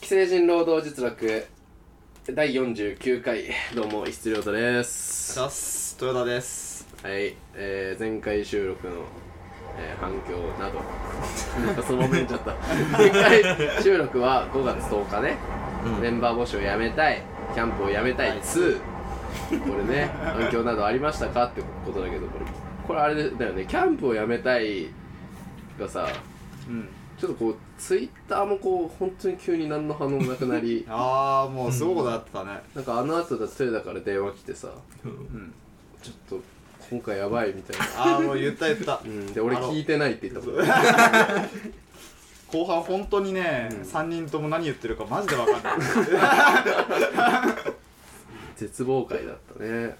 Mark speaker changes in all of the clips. Speaker 1: 既成人労働実録第49回どうも質量とです
Speaker 2: さす豊田です
Speaker 1: はい、えー、前回収録の、えー反響など なんかそのまま言っち ゃった前回収録は5月10日ね、
Speaker 2: うん
Speaker 1: メンバー募集をやめたいキャンプをやめたい
Speaker 2: はい
Speaker 1: 2これね反響などありましたかってことだけどこれこれあれだよねキャンプをやめたいがさ
Speaker 2: うん
Speaker 1: ちょっとこうツイッターもこう本当に急に何の反応もなくなり
Speaker 2: ああもうすごいことやってたね
Speaker 1: なんかあの後だとテレだから電話来てさ
Speaker 2: うん
Speaker 1: ちょっと今回やばいみたいな
Speaker 2: ああもう言った言った
Speaker 1: うんで俺聞いてないって言ったもん
Speaker 2: 後半本当にね
Speaker 1: うん
Speaker 2: 3人とも何言ってるかマジで分かんない
Speaker 1: 絶望会だったね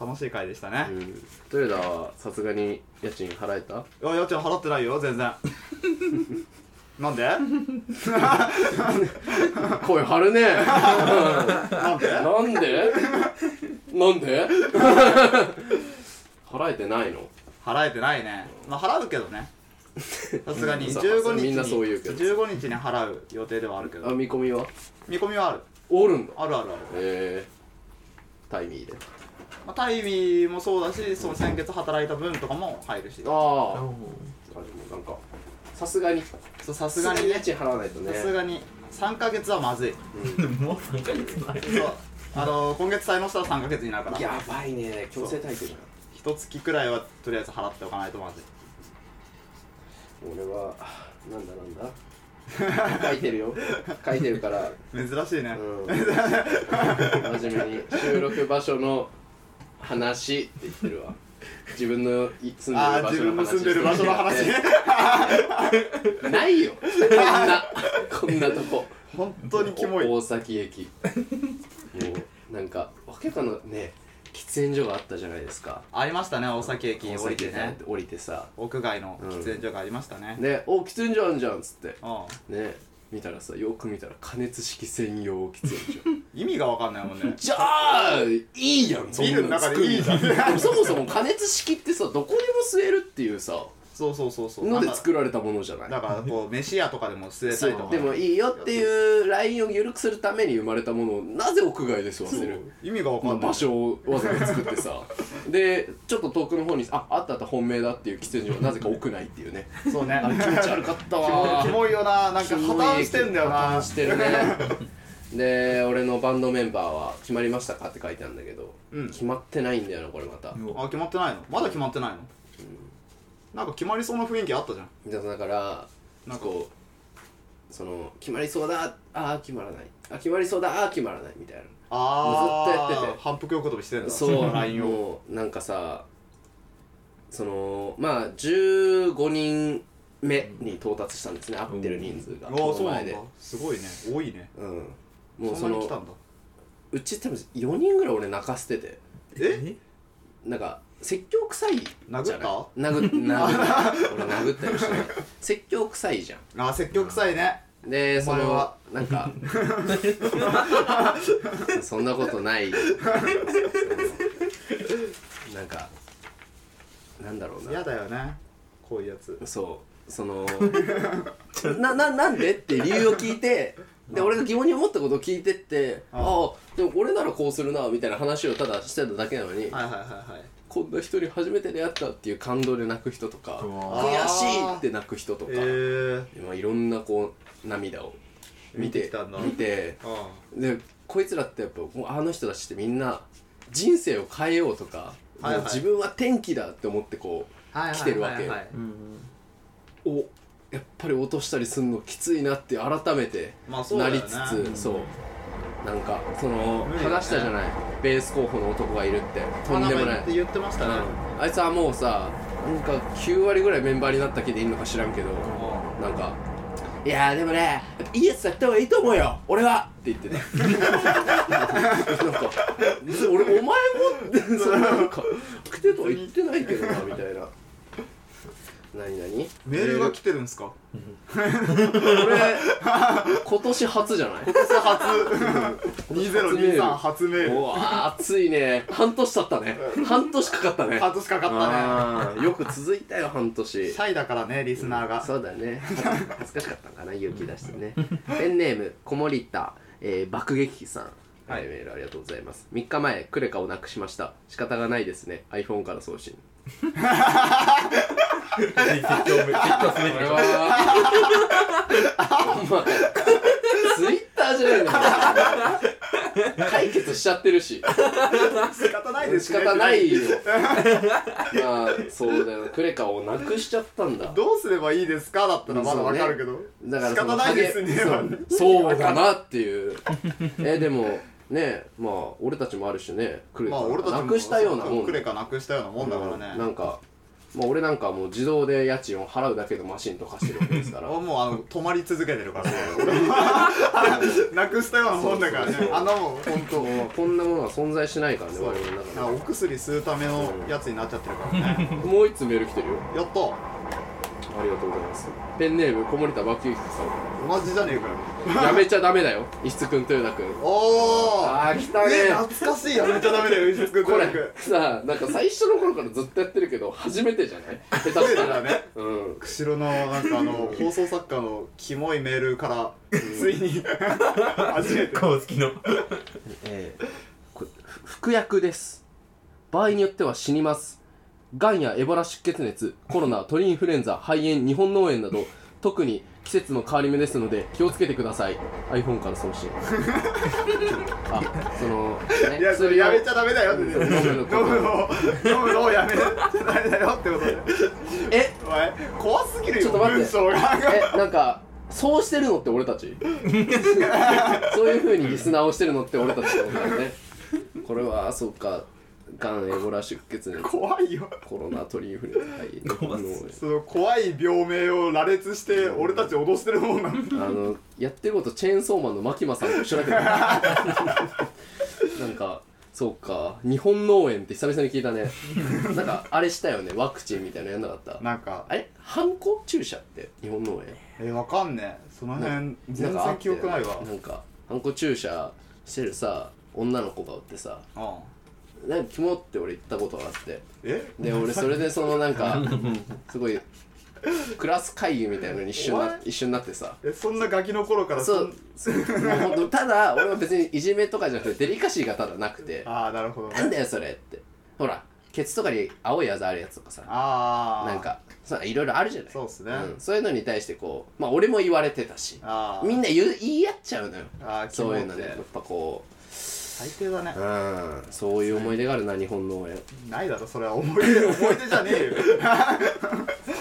Speaker 2: 楽しい回でした
Speaker 1: う
Speaker 2: ね
Speaker 1: んトヨタはさすがに家賃払えた
Speaker 2: いや家賃払ってないよ 全然なんで
Speaker 1: 声張るね
Speaker 2: なんで
Speaker 1: なんでなんで払えてないの
Speaker 2: 払えてないねまあ払うけどねさすがに
Speaker 1: うんそう
Speaker 2: 15日
Speaker 1: み
Speaker 2: に
Speaker 1: んなそう言うけど
Speaker 2: 15日に払う予定ではあるけ
Speaker 1: あ
Speaker 2: ど
Speaker 1: 見込みは
Speaker 2: 見込みはある
Speaker 1: おるんだ
Speaker 2: あるあるある
Speaker 1: えー、タイミーで
Speaker 2: まあ、タイミーもそうだしその先月働いた分とかも入るし
Speaker 1: ああでもなんかさすがにさ
Speaker 2: そうさす
Speaker 1: す
Speaker 2: が
Speaker 1: が
Speaker 2: に
Speaker 1: に家
Speaker 2: ね
Speaker 1: 賃払わないと
Speaker 2: さ
Speaker 1: ね
Speaker 2: すがに3ヶ月はまずい
Speaker 3: もう3ヶ月前
Speaker 2: そうあのー、今月滞納したら3ヶ月になるから
Speaker 1: やばいね強制退去じゃん
Speaker 2: 一月くらいはとりあえず払っておかないとまずい
Speaker 1: 俺はなんだ なんだ書いてるよ書いてるから、
Speaker 2: 珍しいね、
Speaker 1: うん、真面目に収録場所の話って言ってるわ自分のい住んでる
Speaker 2: ああ
Speaker 1: 場
Speaker 2: 自
Speaker 1: 所の
Speaker 2: 分の
Speaker 1: 話
Speaker 2: 住んでる場所の話ね
Speaker 1: ないよこんなこんなとこ
Speaker 2: 本当にキモい
Speaker 1: お大崎駅もうなんかわけかのね喫煙所があったじゃないですか
Speaker 2: ありましたね大崎駅降り
Speaker 1: 大崎
Speaker 2: てね
Speaker 1: 駅降りてさ
Speaker 2: 屋外の喫煙所がありましたね、
Speaker 1: ねお喫煙所あんじゃんっつって
Speaker 2: うん、
Speaker 1: ね見たらさよく見たら加熱式専用喫 煙所
Speaker 2: 意味がわかんないもんね
Speaker 1: じゃあいいやんそん
Speaker 2: ビ
Speaker 1: な
Speaker 2: ルの
Speaker 1: の
Speaker 2: 中
Speaker 1: 作
Speaker 2: でいいじゃん
Speaker 1: でもそもそも加熱式ってさどこでも吸えるっていうさ
Speaker 2: そうそうそうそう
Speaker 1: ので
Speaker 2: る
Speaker 1: 作られたものじゃない
Speaker 2: だから こう飯屋とかでも吸えた
Speaker 1: そ
Speaker 2: りと
Speaker 1: う
Speaker 2: か
Speaker 1: でもいいよっていうラインを緩くするために生まれたものをなぜ屋外で吸わ
Speaker 2: そ
Speaker 1: せ
Speaker 2: う
Speaker 1: る
Speaker 2: 意味がわかん
Speaker 1: ま
Speaker 2: な
Speaker 1: あ、
Speaker 2: い、
Speaker 1: 場所をわざわざ作ってさでちょっと遠くの方にああったあった本命だっていう喫煙所はなぜか屋内っていうね
Speaker 2: そうね
Speaker 1: あれ気持ち悪かった
Speaker 2: キモ
Speaker 1: わ
Speaker 2: い キモいよななんか破綻してんだよ
Speaker 1: 破綻
Speaker 2: な
Speaker 1: してるね で俺のバンドメンバーは決まりましたかって書いてあるんだけど、
Speaker 2: うん
Speaker 1: 決まってないんだよなこれまた、
Speaker 2: あ決まってないのまだ決まってないの、なんか決まりそうな雰囲気あったじゃん
Speaker 1: だだから
Speaker 2: なんか
Speaker 1: こうその決まりそうだあー決まらないあ決まりそうだあー決まらないみたいな
Speaker 2: あ
Speaker 1: ずっとやってて
Speaker 2: 反復横跳びしてんだ
Speaker 1: そう
Speaker 2: のラインを
Speaker 1: もうなんかさそのまあ15人目に到達したんですね、合ってる人数が、
Speaker 2: あ
Speaker 1: こ
Speaker 2: あそう
Speaker 1: の
Speaker 2: な
Speaker 1: 前
Speaker 2: ん
Speaker 1: で
Speaker 2: だすごいね多いね
Speaker 1: うんも
Speaker 2: そう
Speaker 1: そ
Speaker 2: んなに来た
Speaker 1: の
Speaker 2: んだ
Speaker 1: うち多分4人ぐらい俺泣かせてて
Speaker 2: え
Speaker 1: なんか説教臭いじゃない
Speaker 2: 殴った
Speaker 1: 殴っ殴った俺殴ったりしてない説教臭いじゃ
Speaker 2: あ積極臭いね
Speaker 1: んでそ
Speaker 2: お前
Speaker 1: の
Speaker 2: は
Speaker 1: なんか そんなことないなんかなんだろうな
Speaker 2: 嫌だよねこういうやつ
Speaker 1: そうそのなななんでって理由を聞いてで俺が疑問に思ったことを聞いてってあ
Speaker 2: あ
Speaker 1: あでも俺ならこうするなみたいな話をただしてただけなのに
Speaker 2: はいはいはいはい
Speaker 1: こんな人に初めて出会ったっていう感動で泣く人とか
Speaker 3: うわ
Speaker 1: 悔しいって泣く人とか、
Speaker 2: えー、
Speaker 1: まあ、いろんなこう涙を見て
Speaker 2: 見てきたんだ
Speaker 1: 見て
Speaker 2: あ
Speaker 1: でこいつらってやっぱもうあの人たちってみんな人生を変えようとか、
Speaker 2: はいはい
Speaker 1: もう自分は天気だって思ってこう
Speaker 2: あはいはいはいはい
Speaker 1: 来てるわけよ
Speaker 3: うん
Speaker 1: おやっぱり落としたりするのきついなって改めて
Speaker 2: まあそう
Speaker 1: な
Speaker 2: だ
Speaker 1: り
Speaker 2: よね
Speaker 1: つつ、そう,、なんかその
Speaker 2: 無理だね
Speaker 1: 話したじゃないベース候補の男がいるってと
Speaker 2: ま
Speaker 1: ん
Speaker 2: あ
Speaker 1: で
Speaker 2: な
Speaker 1: も
Speaker 2: んか
Speaker 1: ない
Speaker 2: 言って言ってましたね、
Speaker 1: あいつはもうさなんか9割ぐらいメンバーになった気でいるのか知らんけど
Speaker 2: あ
Speaker 1: なんかいやーでもねイエスやった方がいいと思うよ俺はって言ってたなんか俺お前もってそのなんかくてとは言ってないけどなみたいな何何
Speaker 2: メールが来てるんで すか
Speaker 1: これ今年初じゃない
Speaker 2: 今年初2023初メー
Speaker 1: う
Speaker 2: ル
Speaker 1: わ暑いね半年経ったね半年かかったね
Speaker 2: 半年かかっ
Speaker 1: あーよく続いたよ半年
Speaker 2: たねシャイだからねリスナーが
Speaker 1: そうだね恥ずかしかったんかな勇気出してねペンネームこもりた、えー爆撃機さんはい、メールありがとうございます3日前クレカをなくしました仕方がないですね iPhone から送信
Speaker 3: 結局め結局
Speaker 1: こ
Speaker 3: すべき
Speaker 1: れはお前ツイッターじゃないの解決しちゃってるし
Speaker 2: 仕方ないです
Speaker 1: 仕
Speaker 2: ね
Speaker 1: 方ないよまあそうだよクレカをなくしちゃったんだ
Speaker 2: どうすればいいですかだったらまだわかるけど、
Speaker 1: だから
Speaker 2: 仕
Speaker 1: その
Speaker 2: 方ないですね
Speaker 1: ハゲそうそうだなっていうえでも ねまあ俺たちもあるしねクレ
Speaker 2: ま
Speaker 1: カ
Speaker 2: あ俺たちも
Speaker 1: なくしたようなもん
Speaker 2: クレカなくしたようなもんだから
Speaker 1: うんな
Speaker 2: ね、
Speaker 1: んかまあ俺なんかもう自動で家賃を払うだけのマシンとかしてるわけです から
Speaker 2: 俺もうあの止まり続けて るからねなくしたようなもんだからね
Speaker 1: そうそうそう
Speaker 2: あのもん本当
Speaker 1: もうこんなものは存在しないからね
Speaker 2: そう
Speaker 1: 我々の中で
Speaker 2: あお薬吸うためのやつになっちゃってるからね
Speaker 1: もう一つメール来てるよ
Speaker 2: やった
Speaker 1: ありがとうございますペンネーム小森田爆撃機
Speaker 2: 同じじゃねえかよ
Speaker 1: さんやめちゃダメだよ石津君豊田君
Speaker 2: おー
Speaker 1: あー来たね
Speaker 2: え懐かしいやめちゃダメだよ石津君
Speaker 1: これ
Speaker 2: 登録
Speaker 1: さあなんか最初の頃からずっとやってるけど初めてじゃない下手
Speaker 2: 増え
Speaker 1: した
Speaker 2: た
Speaker 1: ら
Speaker 2: らね
Speaker 1: うん
Speaker 2: 釧路のなんかあの放送作家のキモいメールからついに 初めて
Speaker 3: 公式の
Speaker 1: えー、こふ服薬です場合によっては死にますがんやエボラ出血熱コロナ鳥インフルエンザ肺炎日本脳炎など特に季節の変わり目ですので気をつけてください iPhone から送 信あその、ね
Speaker 2: いやそれやめち
Speaker 1: ゃ
Speaker 2: ゃダメだよって飲む
Speaker 1: 飲むの
Speaker 2: の飲むのをやめちゃダメだよってことで
Speaker 1: え
Speaker 2: お前怖すぎる
Speaker 1: ちょ
Speaker 2: よ
Speaker 1: っと待って
Speaker 2: 文章が
Speaker 1: えなんかそうしてるのって俺た ちそういうふうにリスナーをしてるのって俺たちってことだよねこれはそうかがんエボラ出血熱
Speaker 2: 怖いよ
Speaker 1: コロナ鳥インフルエンザ肺炎
Speaker 3: 怖す
Speaker 2: その怖い病名を羅列して俺たち脅してるもんなんだ
Speaker 1: あのやってることチェーンソーマンの牧間さんと一緒だけど なんかそうか日本農園って久々に聞いたねなんかあれしたよねワクチンみたいなのやんなかった
Speaker 2: なんか
Speaker 1: あれハンコ注射って日本農園
Speaker 2: えわかんねえその辺全
Speaker 1: かあっ
Speaker 2: 然
Speaker 1: て
Speaker 2: 記憶ないわ
Speaker 1: なんかハンコ注射してるさ女の子がおってさ
Speaker 2: うん
Speaker 1: なんかキモって俺言ったことがあって
Speaker 2: え
Speaker 1: で俺それでそのなん かすごいクラス会議みたいのに一緒に
Speaker 2: お
Speaker 1: な
Speaker 2: 前
Speaker 1: 一緒になってさ
Speaker 2: えそんなガキの頃から
Speaker 1: そ
Speaker 2: そん
Speaker 1: うそうもうほんとただ俺は別にいじめとかじゃなくてデリカシーがただなくて
Speaker 2: ああなるほど
Speaker 1: なん
Speaker 2: ね
Speaker 1: だよそれってほらケツとかに青いあざあるやつとかさ
Speaker 2: ああ
Speaker 1: なんかそういろいろあるじゃない
Speaker 2: そうっすね
Speaker 1: んそういうのに対してこうまあ俺も言われてたし
Speaker 2: ああ
Speaker 1: みんな言う言い合っちゃうのよ
Speaker 2: ああ
Speaker 1: そういうの
Speaker 2: キ
Speaker 1: ね
Speaker 2: モっ
Speaker 1: やってぱこ
Speaker 2: 最低だね
Speaker 1: ううんそういう思い出があるな日本の俺
Speaker 2: ないだろそれは思い出思い出じゃねえよ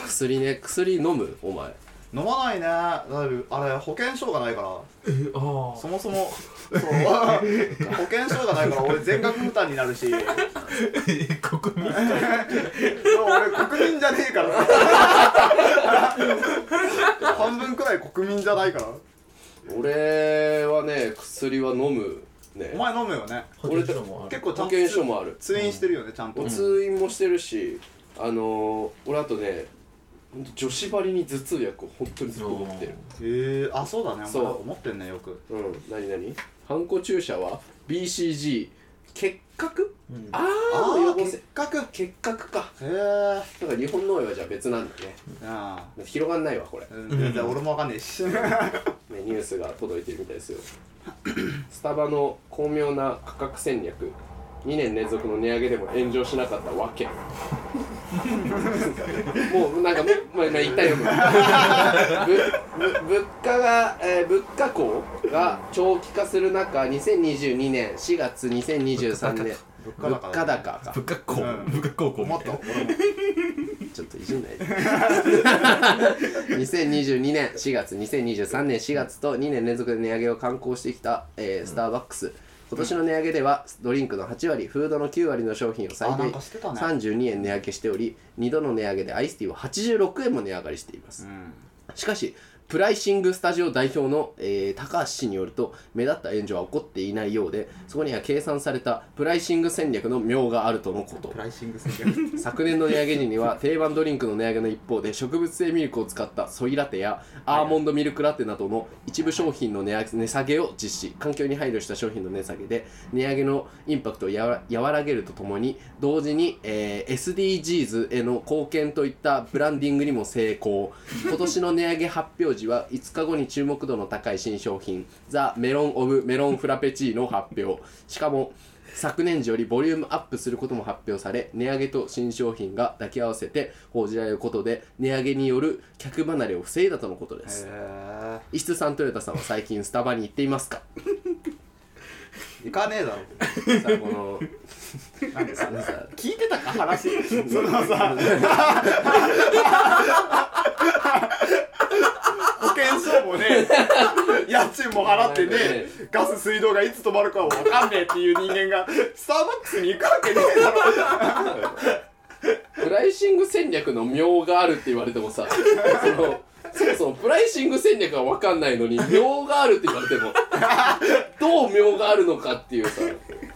Speaker 1: 薬ね薬飲むお前
Speaker 2: 飲まないねだるあれ保険証がないから
Speaker 3: あ
Speaker 2: そも そもそう保険証がないから俺全額負担になるしでも
Speaker 3: あ国民
Speaker 2: 俺国民じゃねえから 半分くらい国民じゃないから
Speaker 1: 俺はね薬は飲むね
Speaker 2: お前飲むよね
Speaker 3: 保健所もあ
Speaker 2: 結
Speaker 3: る
Speaker 2: 構
Speaker 1: 保
Speaker 2: ちゃんと
Speaker 1: 険証もある
Speaker 2: 通院してるよねちゃんと、
Speaker 1: 通院もしてるし、あのー、俺あとねほんと女子針に頭痛薬を本当にずっと持ってる
Speaker 2: へえあそうだねお
Speaker 1: そう
Speaker 2: 前なんか持ってんねよく
Speaker 1: うん何何ハンコ注射は BCG 結核、
Speaker 3: うん
Speaker 1: あー
Speaker 2: あ
Speaker 1: の予
Speaker 2: あ
Speaker 1: 防
Speaker 2: 結
Speaker 1: 線
Speaker 2: 核へ
Speaker 1: 結核か
Speaker 2: え
Speaker 1: だから日本農園はじゃあ別なんだね
Speaker 2: あ
Speaker 1: 広がんないわこれ
Speaker 2: あうん全然俺もわかんね えし
Speaker 1: ねニュースが届いてるみたいですよスタバの巧妙な価格戦略2年連続の値上げでも炎上しなかったわけもうなんかもう、まあ、まあ言ったよもうぶぶ物価が、えー物価高が長期化する中2022年4月2023年物
Speaker 2: 物
Speaker 1: 価
Speaker 2: 価高
Speaker 1: 高か
Speaker 3: 部学校
Speaker 2: うん
Speaker 3: 部学高校
Speaker 2: 思った俺も
Speaker 1: ちょっといじんないで 2022年4月2023年4月と2年連続で値上げを敢行してきた、えースターバックス今年の値上げではドリンクの8割フードの9割の商品を最
Speaker 2: あなん
Speaker 1: 大
Speaker 2: かしてたね
Speaker 1: 32円値上げしており2度の値上げでアイスティーは86円も値上がりしています
Speaker 2: うん
Speaker 1: しかしプライシングスタジオ代表の、えー高橋氏によると目立った援助は起こっていないようでそこには計算されたプライシング戦略の妙があるとのこと
Speaker 2: プライシング戦略
Speaker 1: 昨年の値上げ時には定番ドリンクの値上げの一方で植物性ミルクを使ったソイラテやアーモンドミルクラテなどの一部商品の値上げ値下げを実施環境に配慮した商品の値下げで値上げのインパクトをやわら和らげるとともに同時に、えー SDGs への貢献といったブランディングにも成功今年の値上げ発表時は5日後に注目度の高い新商品ザ・メロン・オブ・メロン・フラペチーノを発表しかも昨年時よりボリュームアップすることも発表され値上げと新商品が抱き合わせて報じられることで値上げによる客離れを防いだとのことです
Speaker 2: へ
Speaker 1: 石津さん豊田さんは最近スタバに行っていますか
Speaker 2: え行かねえだろ
Speaker 1: さあこの
Speaker 2: なんでさ
Speaker 1: なんか
Speaker 2: 聞いてたか話そのさ保険証もね家賃も払ってねガス水道がいつ止まるかも分かんねえっていう人間がスターバックスに行くわけねえだろ
Speaker 1: プライシング戦略の妙があるって言われてもさそのそもそもプライシング戦略が分かんないのに妙があるって言われてもどう妙があるのかっていうさ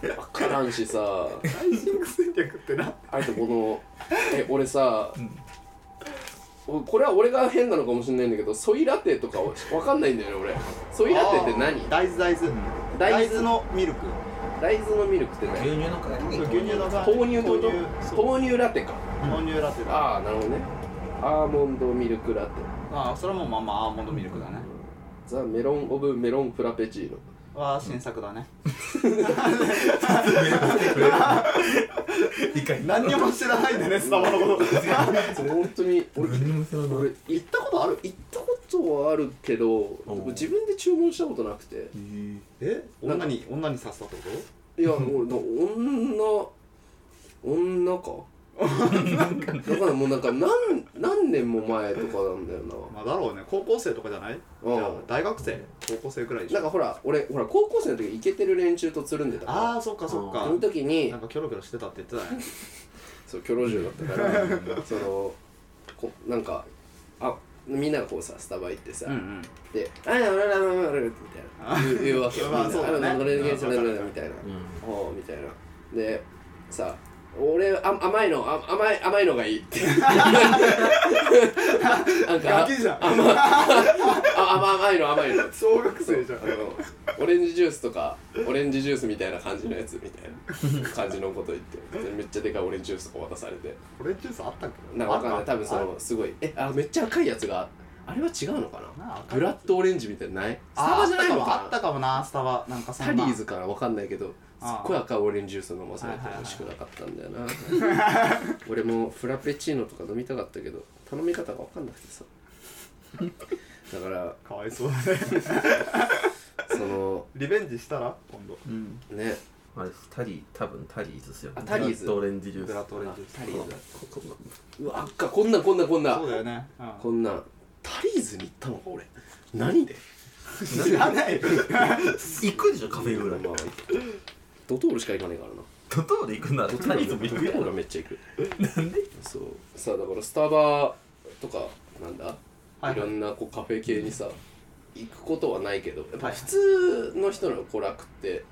Speaker 1: 分からんしさ
Speaker 2: ライシング戦略ってな
Speaker 1: あとこのえ俺さ、おこれは俺が変なのかもしれないんだけどソイラテとかわかんないんだよね俺ソイラテって何
Speaker 2: 大豆大豆
Speaker 1: 大
Speaker 2: 大
Speaker 1: 豆
Speaker 2: 豆
Speaker 1: の
Speaker 2: のミルク
Speaker 1: 大豆のミルクって何
Speaker 3: 牛乳の代わりに
Speaker 2: 牛乳の代わり
Speaker 1: 豆乳ってこと
Speaker 2: そう
Speaker 1: 豆乳ラテか
Speaker 2: 豆乳ラテだ
Speaker 1: ああなるほどねアーモンドミルクラテ
Speaker 2: ああそれはもうまんまアーモンドミルクだね
Speaker 1: ザ・メロン・オブ・メロン・フラペチーノ
Speaker 2: は新作だね
Speaker 3: 理解
Speaker 2: 何にも知らないでねスタバのこと
Speaker 1: そう本当に俺
Speaker 3: 何にも知らない
Speaker 1: 俺行ったことある行ったことはあるけど
Speaker 3: ー
Speaker 1: 自分で注文したことなくて
Speaker 2: え女に女に刺したってこ
Speaker 1: いや俺な女女かだから もうなんか何何年も前とかなんだよな
Speaker 2: とまあだろうね高校生とかじゃない
Speaker 1: うん
Speaker 2: じゃあ大学生高校生くらいでしょ
Speaker 1: なんかほら俺ほら高校生の時イケてる連中とつるんでたから
Speaker 2: ああそっかそっか
Speaker 1: その時に
Speaker 2: なんかキョロキョロしてたって言ってたね
Speaker 1: そうキョロジュだったからそのこなんかあみんながこうさスタバ行ってさ、
Speaker 2: ん
Speaker 1: で「あれあれあれあれあれ」みたいな言う言うわけよみんな
Speaker 2: まあそうだね
Speaker 1: あれこれで
Speaker 2: うん
Speaker 1: それで
Speaker 2: わかる
Speaker 1: みたいな
Speaker 3: う
Speaker 1: 「
Speaker 3: ん
Speaker 1: おう」みたいなでさ俺あ甘いのあ甘い甘いのがいいって なんか
Speaker 2: ガキじゃん
Speaker 1: あ甘甘いの甘いの
Speaker 2: 小学生じゃん
Speaker 1: あのオレンジジュースとかオレンジジュースみたいな感じのやつみたいな感じのこと言ってめっちゃでかいオレンジジュースとか渡されて
Speaker 2: オレンジジュースあったっけ
Speaker 1: なんかわかんない多分そ
Speaker 2: あ
Speaker 1: のすごいえあめっちゃ赤いやつがあれは違うのかな
Speaker 2: なあ赤い
Speaker 1: ブラッドオレンジみたいなのないスタ
Speaker 2: あ
Speaker 1: バじゃないの
Speaker 2: あ
Speaker 1: か
Speaker 2: っ
Speaker 1: な
Speaker 2: たかもなスタバなんかそん
Speaker 1: タ
Speaker 2: な
Speaker 1: リーズからわかんないけどすっ
Speaker 2: ああ
Speaker 1: ごい赤いオレンジジュース飲まされて
Speaker 2: はいはいはい
Speaker 1: 美味しくなかったんだよな 俺もフラペチーノとか飲みたかったけど頼み方がわかんなくてさだから
Speaker 2: かわいそうだね
Speaker 1: その
Speaker 2: リベンジしたら今度
Speaker 3: うん
Speaker 1: ね
Speaker 3: あれタリー多分タリーズですよ
Speaker 1: あタリーズ
Speaker 3: ブラッドオレンジジュー
Speaker 2: ブ
Speaker 3: ス
Speaker 2: ラッドオレンジジ
Speaker 1: あタ
Speaker 2: ュ
Speaker 1: リ
Speaker 2: ース
Speaker 1: ーズだ
Speaker 3: ここの
Speaker 1: うわ赤こんなんこんなんこんなん
Speaker 2: そうだよねうん
Speaker 1: こんなんタリーズに行ったのか俺何で
Speaker 2: 知ら ないよ
Speaker 3: 行くでしょカフェぐらい
Speaker 1: まあドトールしか行かないからな
Speaker 3: ドトール行くならタリーズも行
Speaker 1: ド
Speaker 3: く
Speaker 1: トール
Speaker 3: よ
Speaker 1: はめっちゃ行く
Speaker 3: なんで
Speaker 1: そうさあだからスタバとかなんだ、
Speaker 2: はい
Speaker 1: いろんなこうカフェ系にさ行くことはないけどやっぱ
Speaker 2: はい
Speaker 1: 普通の人の娯楽って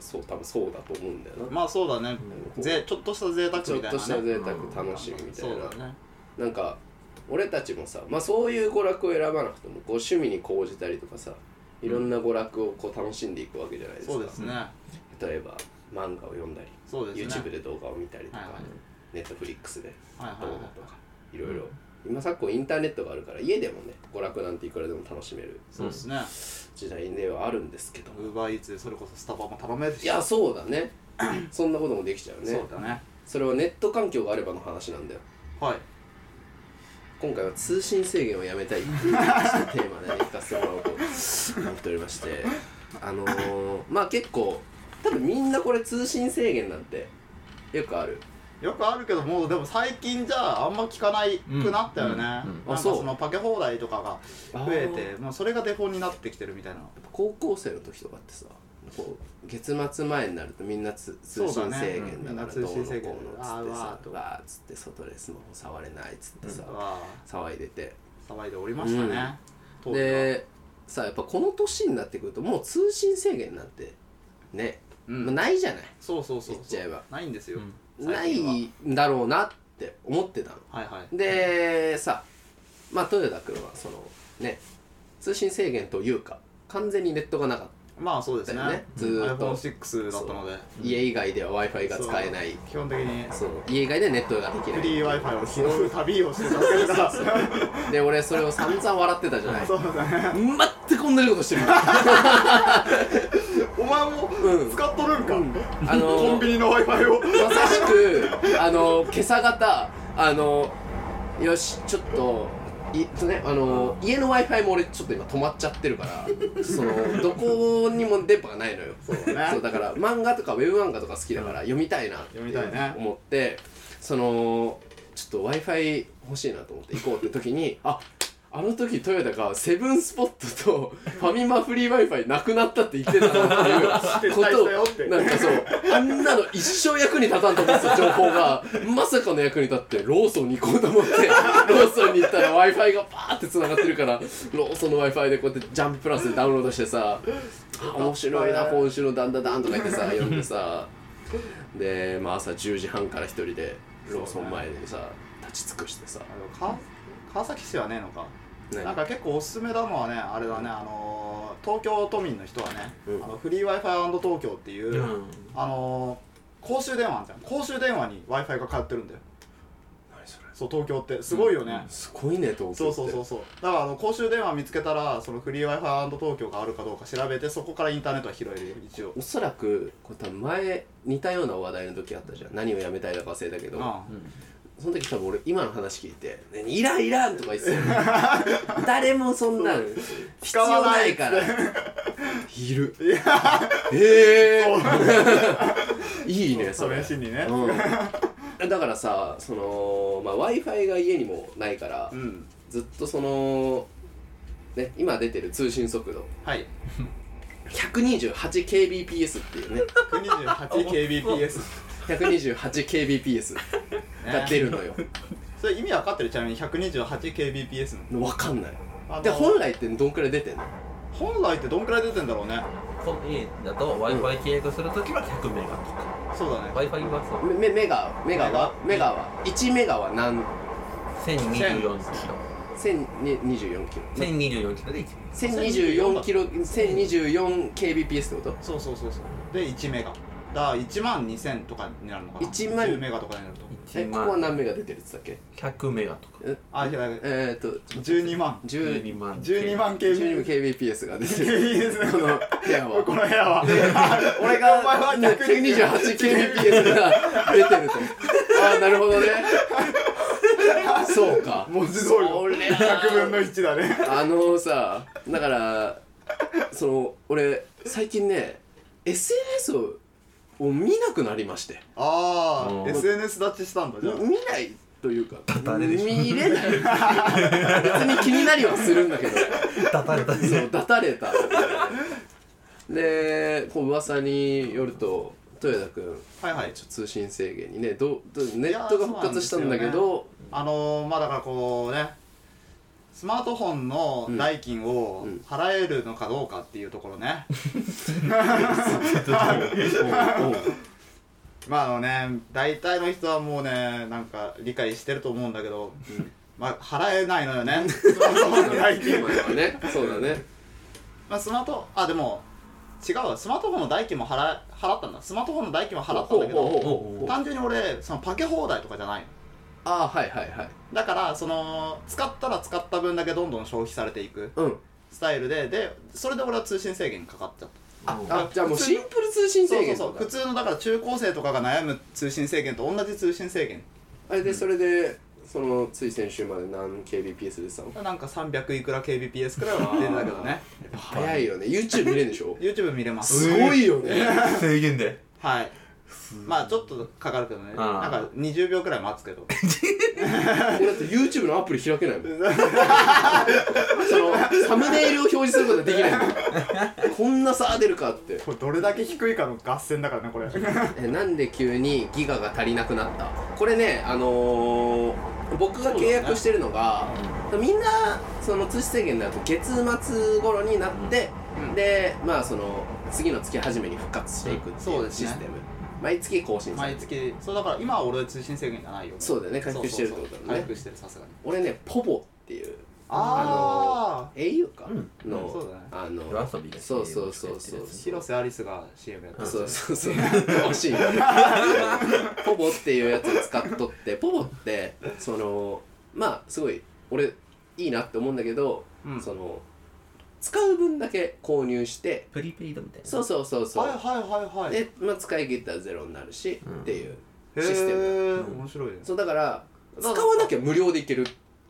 Speaker 1: そう多分そうだと思うんだよな、
Speaker 2: まあそうだねぜちょっとした贅沢み
Speaker 1: ち
Speaker 2: た
Speaker 1: ょ
Speaker 2: い
Speaker 1: っ
Speaker 2: な
Speaker 1: とした
Speaker 2: ね
Speaker 1: 贅沢楽しみみたいな、
Speaker 2: そうだね
Speaker 1: なんか俺たちもさ、まあ、そういう娯楽を選ばなくてもこう趣味に講じたりとかさいろんな娯楽をこう楽しんでいくわけじゃないですか
Speaker 2: そうですね
Speaker 1: 例えば漫画を読んだり、
Speaker 2: そうですね
Speaker 1: YouTube で動画を見たりとか、
Speaker 2: はいはい
Speaker 1: Netflix で
Speaker 2: はい
Speaker 1: 動
Speaker 2: は
Speaker 1: 画
Speaker 2: いは
Speaker 1: と
Speaker 2: い
Speaker 1: かいろいろ今昨今インターネットがあるから家でもね娯楽なんていくらでも楽しめる
Speaker 2: そうですね
Speaker 1: 時代ではあるんですけど、
Speaker 2: ウーバーイーツでそれこそスタバも頼めるし
Speaker 1: いやそうだ ねそんなこともできちゃうね
Speaker 2: そうだね
Speaker 1: それはネット環境があればの話なんだよ
Speaker 2: はい
Speaker 1: 今回は通信制限をやめたいっていうテーマでね行かせてもらおうと思っておりましてあのー、まあ結構多分みんなこれ通信制限なんてよくある
Speaker 2: よくあるけどもうでも最近じゃああんま聞かないくなったよね、
Speaker 3: うんうん
Speaker 2: なん
Speaker 1: うんあ
Speaker 2: か
Speaker 1: そう
Speaker 2: そのパケ放題とかが増えて
Speaker 1: あ
Speaker 2: もうそれがデフォになってきてるみたいな
Speaker 1: 高校生の時とかってさこう月末前になるとみんなつ通
Speaker 2: そ
Speaker 1: 信
Speaker 2: うだね
Speaker 1: 制
Speaker 2: う
Speaker 1: 限
Speaker 2: ん
Speaker 1: だから
Speaker 2: みんな通信制限
Speaker 1: どうのこうのっつって
Speaker 2: あーわ
Speaker 1: さ
Speaker 2: ーと
Speaker 1: わーっつって外でスマホ触れないっつってさ、
Speaker 2: は
Speaker 1: 騒いでて
Speaker 2: 騒いでおりましたね、
Speaker 3: 当時は
Speaker 1: でさやっぱこの年になってくるともう通信制限なんてね、
Speaker 2: うん
Speaker 1: まあないじゃない
Speaker 2: そうそうそう
Speaker 1: 言っちゃえば
Speaker 2: ないんですよ、
Speaker 3: うん
Speaker 1: な
Speaker 2: 最近はい
Speaker 1: んだろうなって思ってたの
Speaker 2: はいはい
Speaker 1: でさまあ豊田君はそのね通信制限というか完全にネットがなかっ
Speaker 2: まあそうですね
Speaker 1: だよねずーっと
Speaker 2: iPhone6 だったので
Speaker 1: た家以外では w i f i が使えない
Speaker 2: 基本的に
Speaker 1: そう家以外でネットができ
Speaker 2: フ
Speaker 1: な
Speaker 2: リー Wi-Fi を拾う旅をしてたわけだから
Speaker 1: いで俺それを散々笑ってたじゃない
Speaker 2: そうだね
Speaker 1: 全く同じことして る
Speaker 2: お前も
Speaker 1: うん
Speaker 2: 使っとるんか、
Speaker 1: あの
Speaker 2: コンビニの Wi-Fi を
Speaker 1: まさしくあの今朝方あのよしちょっといとねあの家の w i f i も俺ちょっと今止まっちゃってるからそのどこにも電波がないのよそう
Speaker 2: だね
Speaker 1: だから漫画とかウェブ漫画とか好きだから読みたいなって
Speaker 2: 読みたいね
Speaker 1: 思ってそのちょっと w i f i 欲しいなと思って行こうって時 にああの時トヨタがセブンスポットとファミマフリー w i f i なくなったって言ってたなっていうこと
Speaker 2: 撤退し
Speaker 1: を
Speaker 2: たよって
Speaker 1: なんかそうあんなの一生役に立たんと思ってた情報がまさかの役に立ってローソンに行こうと思ってローソンに行ったら w i f i がパーって繋がってるからローソンの w i f i でこうやってジャンププラスでダウンロードしてさあ面白いな今週の「ダンダダン」とか言ってさ読んでさで、まあ、朝10時半から一人でローソン前でさ立ち尽くしてさ
Speaker 2: あのか川崎市はねえのか
Speaker 1: 何
Speaker 2: なんか結構おすすめだのはねあれだねあのー東京都民の人はね、
Speaker 1: うん
Speaker 2: あのフリー w i f i 東京っていう、
Speaker 3: うん
Speaker 2: あのー公衆電話あんじゃん公衆電話に w i f i が通ってるんだよ
Speaker 1: 何それ
Speaker 2: そう東京ってすごいよね、
Speaker 1: すごいね東京って
Speaker 2: そうそうそうそうだからあの公衆電話見つけたらそのフリー w i f i 東京があるかどうか調べてそこからインターネットは拾えるよ一応
Speaker 1: おそらくこれ多分前似たような話題の時あったじゃん何をやめたいのか忘れたけど、
Speaker 2: あ
Speaker 1: その時多分俺今の話聞いて「ねいらんいらん」とか言って たよ誰もそんなん必要ないからいるええいいねそれ
Speaker 2: 試しにね
Speaker 1: うん、だからさその、まあ、w i f i が家にもないから、
Speaker 2: うん
Speaker 1: ずっとその、ね、今出てる通信速度
Speaker 2: はい
Speaker 1: 128kbps っていうね
Speaker 2: 128kbps
Speaker 1: 128kbps が出るのよ
Speaker 2: それ意味分かってるちなみに 128kbps の
Speaker 1: 分かんない
Speaker 2: あの
Speaker 1: で本来ってどんくらい出てんの
Speaker 2: 本来ってどんくらい出てんだろうね
Speaker 3: コンビニだと Wi-Fi 契約するときは100メガとか
Speaker 2: そうだね
Speaker 3: Wi-Fi はそう
Speaker 1: メメメガメガはメガは1メガは何
Speaker 3: 1024キ
Speaker 1: 1024キ
Speaker 3: ロ
Speaker 1: ロ
Speaker 3: 1024キロで1
Speaker 1: 1024キロ 1024kbps ってこと
Speaker 2: そうそうそうそうで1メガだ1万2000とかになるのかな
Speaker 1: 1万
Speaker 2: 10メガとかになると
Speaker 1: え
Speaker 3: 1
Speaker 1: ここは
Speaker 3: 万
Speaker 1: 何メガ出てるっつったっけ
Speaker 3: 100メガとか
Speaker 2: あいや
Speaker 1: えー、っと
Speaker 2: 12万
Speaker 1: 10
Speaker 3: 12万
Speaker 2: 12万 kbps
Speaker 1: kbps が出て るこ
Speaker 2: こ
Speaker 1: の部屋は
Speaker 2: の部屋は俺
Speaker 1: が
Speaker 2: お前は
Speaker 1: 128kbps が出てるとああなるほどねそうか
Speaker 2: 文字通りの
Speaker 1: 俺ら
Speaker 2: 100分の1だね
Speaker 1: あのさだからその俺最近ね SNS をを見なくなりまして
Speaker 2: あ
Speaker 3: う
Speaker 2: あ
Speaker 3: ん
Speaker 2: SNS 立ちしたんだじゃあ
Speaker 1: 見ないというか
Speaker 3: たれでしょ
Speaker 1: 見れない別に気になりはするんだけど
Speaker 3: だたれた
Speaker 1: そう出たれたでこう噂によると豊田君
Speaker 2: はいはい
Speaker 1: ちょっと通信制限にねどうどうネットが復活したんだけど
Speaker 2: あのー、まあだからこうねスマートフォンの代金を
Speaker 1: うん
Speaker 2: 払えるのかどうかっていうところね、
Speaker 1: おうおう
Speaker 2: まああのね大体の人はもうねなんか理解してると思うんだけど、まあ払えないのよねスマートフォンの代金
Speaker 1: 今はねそうだね
Speaker 2: まあスマートあでも違うわスマートフォンの代金も払え払ったんだスマートフォンの代金も払ったんだけ
Speaker 1: おうおう
Speaker 2: ど
Speaker 1: おうおう
Speaker 2: 単純に俺そのパケ放題とかじゃないの
Speaker 1: ああはいはいはい
Speaker 2: だからその使ったら使った分だけどんどん消費されていく
Speaker 1: うん
Speaker 2: スタイルででそれで俺は通信制限にかかっちゃった
Speaker 1: あ
Speaker 3: うん
Speaker 1: あじゃあもうシンプル通信
Speaker 2: そう
Speaker 1: 制
Speaker 2: そう
Speaker 1: 限
Speaker 2: そう普
Speaker 1: う
Speaker 2: 通のだから中高生とかが悩む通信制限と同じ通信制限
Speaker 1: あれでそれでそのつい先週まで何 kbps でしたの
Speaker 2: なんか300いくら kbps くらいは出てたけどね
Speaker 1: 早いよね YouTube 見れるでしょ
Speaker 2: YouTube 見れ ます
Speaker 1: すごいよね
Speaker 3: 制限で
Speaker 2: はいまあちょっとかかるけどねな
Speaker 3: あー
Speaker 2: んか20秒くらい待つけど
Speaker 1: 俺だって YouTube のアプリ開けないもんそのサムネイルを表示することはできないもんこんな差出るかって
Speaker 2: これどれだけ低いかの合戦だからねこれ
Speaker 1: えなんで急にギガが足りなくなったこれねあのー僕が契約してるのが、みんなその通知制限になると月末頃になって、
Speaker 2: うん
Speaker 1: でまあその次の月初めに復活していくってい
Speaker 2: そう
Speaker 1: う
Speaker 2: です
Speaker 1: シ
Speaker 2: ね
Speaker 1: ステム、毎月更新され
Speaker 2: 毎
Speaker 1: てる
Speaker 2: 月そうだから今は俺は通信制限じゃないよ
Speaker 1: そうだよね回復してるってことだ
Speaker 2: そう
Speaker 1: ね
Speaker 2: そうそう回復してるさすがに
Speaker 1: 俺ねポボっていう
Speaker 2: ああ
Speaker 1: au か、
Speaker 3: うん
Speaker 1: の、
Speaker 2: そうだね
Speaker 1: あ
Speaker 3: 夜
Speaker 1: の
Speaker 3: 遊びで
Speaker 1: そうそうそうそう
Speaker 2: 広瀬アリスが CM やってる
Speaker 1: そうそう そう惜しいポボっていうやつを使っとってポボってそのまあすごい俺いいなって思うんだけど、
Speaker 2: うん
Speaker 1: その使う分だけ購入して
Speaker 3: プリペイドみたいな
Speaker 1: そうそうそうそう、
Speaker 2: はいはいはいはい
Speaker 1: で、まあ、使い切ったらゼロになるし、
Speaker 3: うん
Speaker 1: っていう
Speaker 2: へ
Speaker 1: システム
Speaker 2: え
Speaker 3: うん
Speaker 2: 面白いね
Speaker 1: そうだから使わなきゃ無料でいける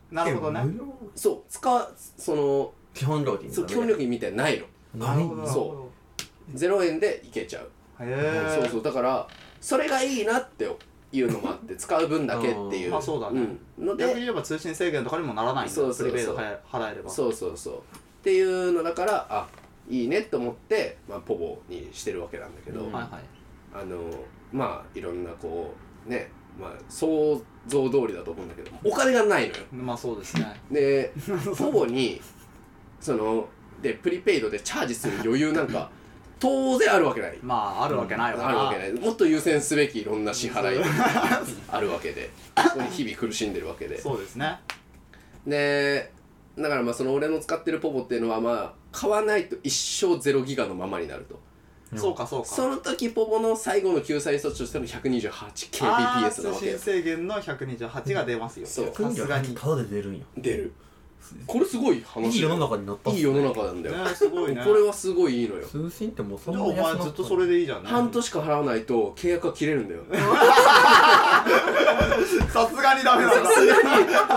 Speaker 2: なるほどね
Speaker 3: え無料
Speaker 1: そう使わその
Speaker 3: 基本料金
Speaker 1: そう基本料金みたいなのないの
Speaker 2: な
Speaker 3: な
Speaker 2: る
Speaker 3: い
Speaker 2: ほど
Speaker 1: そう0円でいけちゃう、
Speaker 2: へえ
Speaker 1: そうそうだからそれがいいなっていうのもあって使う分だけっていう
Speaker 2: あーあそうだね
Speaker 1: うん、の
Speaker 2: 逆に
Speaker 1: で
Speaker 2: 言えば通信制限とかにもならないんだ
Speaker 1: そうそうそう
Speaker 2: プリペイド払え払えれば
Speaker 1: そうそうそうっていうのだからあいいねと思って、まあ、ポボにしてるわけなんだけど、
Speaker 3: うん
Speaker 2: はいはい
Speaker 1: あのまあいろんなこうねまあ想像通りだと思うんだけどお金がないのよ
Speaker 2: まあそうですね
Speaker 1: でほぼにそのでプリペイドでチャージする余裕なんか当然あるわけない
Speaker 2: まああるわけないわな
Speaker 1: あるわけないもっと優先すべきいろんな支払い あるわけでそこに日々苦しんでるわけで
Speaker 2: そうですね
Speaker 1: でだからまあその俺の使ってるポポっていうのはまあ買わないと一生0ギガのままになると
Speaker 3: うん
Speaker 2: そうかそうか
Speaker 1: その時ポポの最後の救済措置としての 128kbps
Speaker 2: あー
Speaker 1: なわ
Speaker 2: 通
Speaker 1: けよ
Speaker 2: 信制限の128が出ますよ
Speaker 1: そう
Speaker 2: さすがにね
Speaker 3: ただで出るんや
Speaker 1: 出るこれすごい話
Speaker 3: いい世の中になったっす
Speaker 1: いい世の中なんだよ、
Speaker 2: すごいね
Speaker 1: これはすごいいいのよ
Speaker 3: 通信ってもうそん
Speaker 2: じゃ
Speaker 3: な
Speaker 2: あお前ずっとそれでいいじゃんね
Speaker 1: 半年間払わないと契約が切れるんだ よ
Speaker 2: さすがにダメなんだ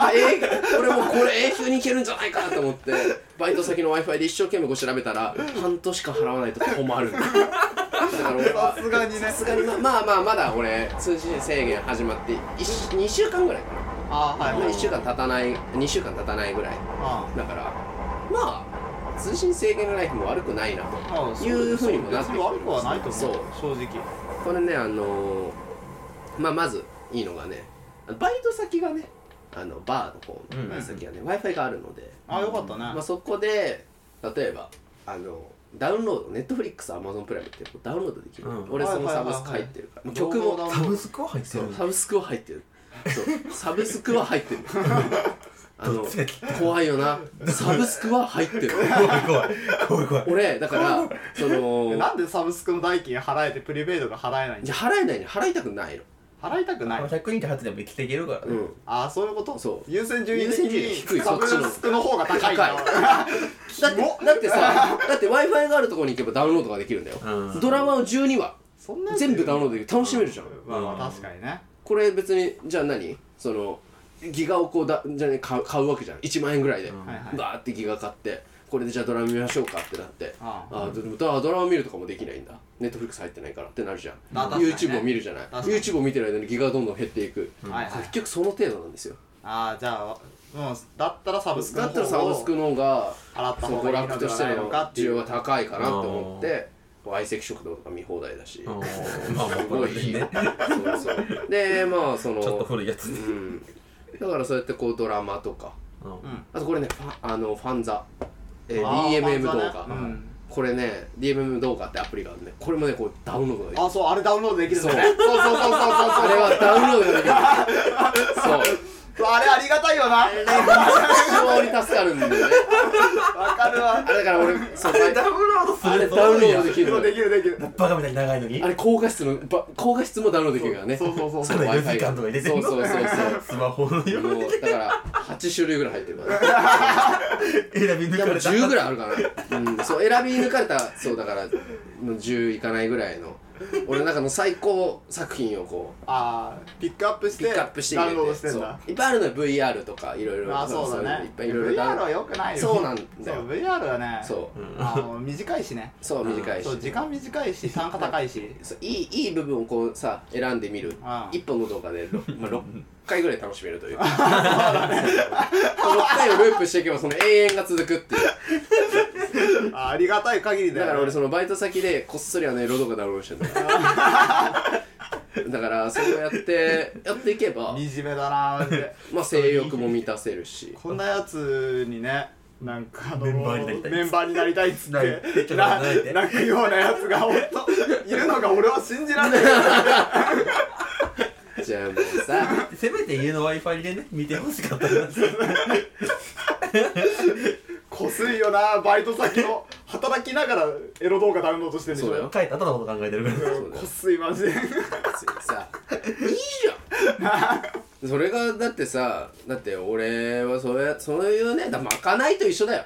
Speaker 1: あえー俺もうこれ永久にいけるんじゃないかなと思ってバイト先の w i f i で一生懸命こう調べたら半年間払わないと困るんだよだから俺は
Speaker 2: さすがにね
Speaker 1: さすがにままあまあまだ俺通信制限始まって2週間ぐらいかな、
Speaker 2: あーはい
Speaker 1: まあ、1週間経たない2週間経たないぐらい
Speaker 2: あ
Speaker 1: だからまあ通信制限ライフも悪くないなと
Speaker 2: ーあーそ
Speaker 1: いうふうにもなってくる
Speaker 2: 別に悪くはないと
Speaker 1: そう
Speaker 2: 思う正直
Speaker 1: これねあのーまあまずいいのがねバイト先がねあのバーの方
Speaker 3: う
Speaker 1: の
Speaker 3: ん
Speaker 1: バイト先がね w i f i があるので、
Speaker 2: あーよかった
Speaker 1: まあ、
Speaker 2: ね
Speaker 1: そこで例えばあのダウンロードネットフリックスアマゾンプライムってこうダウンロードできる、
Speaker 3: うん
Speaker 1: 俺その
Speaker 2: はいは
Speaker 1: サ
Speaker 2: いは
Speaker 1: ブスク入
Speaker 2: いはい
Speaker 1: ってるから、もう曲も
Speaker 3: サブスクは入って
Speaker 1: そ
Speaker 3: る
Speaker 1: うサブスクは入ってるそうサブスクは入ってるあの
Speaker 3: つが切っ
Speaker 1: 怖いよなサブスクは入ってる
Speaker 3: 怖い怖い怖い怖い
Speaker 1: 俺だからそ
Speaker 2: え
Speaker 1: の
Speaker 2: なんでサブスクの代金払えてプリペイドが払えないん
Speaker 1: じ
Speaker 2: だ
Speaker 1: ゃ払えないの払いたくないの
Speaker 2: 払いたくない
Speaker 3: 128でも生きていけるからね
Speaker 1: うん
Speaker 2: ああそういうこと
Speaker 1: そう
Speaker 2: 優先順位的
Speaker 1: 優先順位低い
Speaker 2: にサブスクの方が高いんだ
Speaker 1: 高だってだってさだって w i f i があるところに行けばダウンロードができるんだよ、
Speaker 3: うん
Speaker 1: ドラマを12話
Speaker 2: そんなやつ
Speaker 1: 全部ダウンロードできる楽しめるじゃん、
Speaker 2: まあまあ確かにね
Speaker 1: これ別にじゃあ何そのギガをこうだじゃあね買う買うわけじゃん1万円ぐらいで、
Speaker 3: うん
Speaker 2: はいはい
Speaker 1: バーってギガ買ってこれでじゃあドラマ見ましょうかってなって
Speaker 2: ああ
Speaker 1: あでもドドラマ見るとかもできないんだネットフリックス入ってないからってなるじゃん、
Speaker 2: まあ確かにね
Speaker 1: YouTube を見るじゃない
Speaker 2: 確かに
Speaker 1: YouTube を見てる間にギガがどんどん減っていく、
Speaker 2: はいはい
Speaker 1: 結局その程度なんですよ
Speaker 2: ああじゃあうんだったらサブスク
Speaker 1: だ
Speaker 2: の
Speaker 1: ったらサ
Speaker 2: 方
Speaker 1: ブスク
Speaker 2: を
Speaker 1: の方が
Speaker 2: 払った
Speaker 1: その
Speaker 2: 方
Speaker 1: 娯
Speaker 2: がいい
Speaker 1: 楽
Speaker 2: の
Speaker 1: と
Speaker 2: では
Speaker 1: して
Speaker 2: ない
Speaker 1: の
Speaker 2: のかって
Speaker 1: 需
Speaker 2: い
Speaker 1: 要
Speaker 2: う
Speaker 1: が高いかなと思って相席食堂とか見放題だし
Speaker 3: あ
Speaker 1: す
Speaker 3: ーまあまあ
Speaker 1: ごいいいねそうそうでまあその
Speaker 3: ちょっと古いやつね
Speaker 1: うんだからそうやってこうドラマとか
Speaker 3: うん
Speaker 1: あとこれねファあのファンザ、えー
Speaker 2: あー
Speaker 1: DMM 動
Speaker 2: ファン
Speaker 1: 画
Speaker 2: ザ、ねうん
Speaker 1: これね DMM 動画ってアプリがあるねこれもねこうダウンロードができる
Speaker 2: あそうあれダウンロードできるんだねそうそうそうそうそう
Speaker 1: あれはダウンロードができる そう
Speaker 2: そうあれありがたいよな
Speaker 1: 非常に助かるんだよね
Speaker 2: わかるわ
Speaker 1: あれだから俺 そうあれ
Speaker 3: ダウンロードす
Speaker 1: あれ
Speaker 3: る
Speaker 1: ダウンロードで
Speaker 3: で
Speaker 1: きるの
Speaker 2: できるできる
Speaker 3: バカみたいに長いのに
Speaker 1: あれ高画質のば高画質もダウンロードできるからね
Speaker 2: そうそうそう
Speaker 1: そ
Speaker 2: そうう
Speaker 3: それ4時間とか入れてんの
Speaker 1: そうそうそう
Speaker 3: スマホの
Speaker 1: そう
Speaker 3: ように
Speaker 1: もうだから8種類ぐらい入ってるからね
Speaker 3: 選び抜
Speaker 1: いや
Speaker 3: か
Speaker 1: もう
Speaker 3: れた
Speaker 1: 10ぐらいあるかな、うん、そう選び抜かれたそうだから10いかないぐらいの俺の中の最高作品をこう
Speaker 2: ああピックアップして
Speaker 1: ピックアップして
Speaker 2: ダ
Speaker 1: 入
Speaker 2: ウ
Speaker 1: れて
Speaker 2: ンロードしてんだ
Speaker 1: そういっぱいあるのよ VR とかいろいろ
Speaker 2: まあそうだ
Speaker 1: い
Speaker 2: ね
Speaker 1: っぱいいろいろ
Speaker 2: VR は良くないよ
Speaker 1: そうなんだよ
Speaker 2: そう VR はね
Speaker 1: そう
Speaker 2: あの短いしね
Speaker 1: そう短いし
Speaker 2: そう時間短いし単価高いし
Speaker 1: そういいいい部分をこうさ選んでみる
Speaker 2: ああ
Speaker 1: 一本の動画で、 ろまあ、6回ぐらい楽しめるというそう6回をループしていけばその永遠が続くっていう
Speaker 2: ああり がたい限りだ
Speaker 1: だ
Speaker 2: よ
Speaker 1: から俺そのバイト先でこっそりあのエロ動画ダウンロードしてんだ だからそうやってやっていけば、
Speaker 2: 惨めだなマジで
Speaker 1: まあ、性欲も満たせるし
Speaker 2: こんなやつにねなんかあの
Speaker 3: メンバーになりたい
Speaker 2: メンバーになりたいっつ
Speaker 3: なり
Speaker 2: って
Speaker 3: な
Speaker 2: な
Speaker 3: りたい
Speaker 2: 泣くようなやつが本当いるのが俺は信じられない
Speaker 1: じゃあもうさ
Speaker 3: せめて家の Wi-Fi でね、見てほしかったな。
Speaker 2: こすいよなバイト先の働きながらエロ動画ダウンロードしてんでしょ
Speaker 1: そうだよ
Speaker 3: 帰った後のこと考えてるから。
Speaker 1: そうだよ
Speaker 2: こすいマジで
Speaker 1: 別にさいいじゃんそれがだってさだって俺はそうやそういうねだまかないと一緒だよ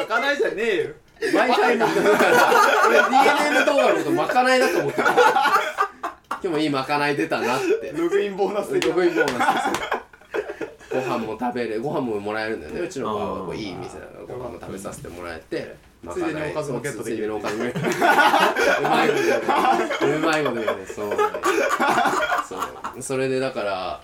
Speaker 2: まかないじゃねえよ
Speaker 1: 毎回もだから俺 DNM 動画のことまかないだと思ってた今日もいいまかない出たなって
Speaker 2: ログインボーナス的な
Speaker 1: 得意ボーナスですご飯も食べれご飯ももらえるんだよねうちの場合はこういい店だからご飯も食べさせてもらえてまかない
Speaker 2: ついでにおかずもゲットできる
Speaker 1: ついでにおかずもゲットできるうまいことねうまいことねそうねそうそれでだから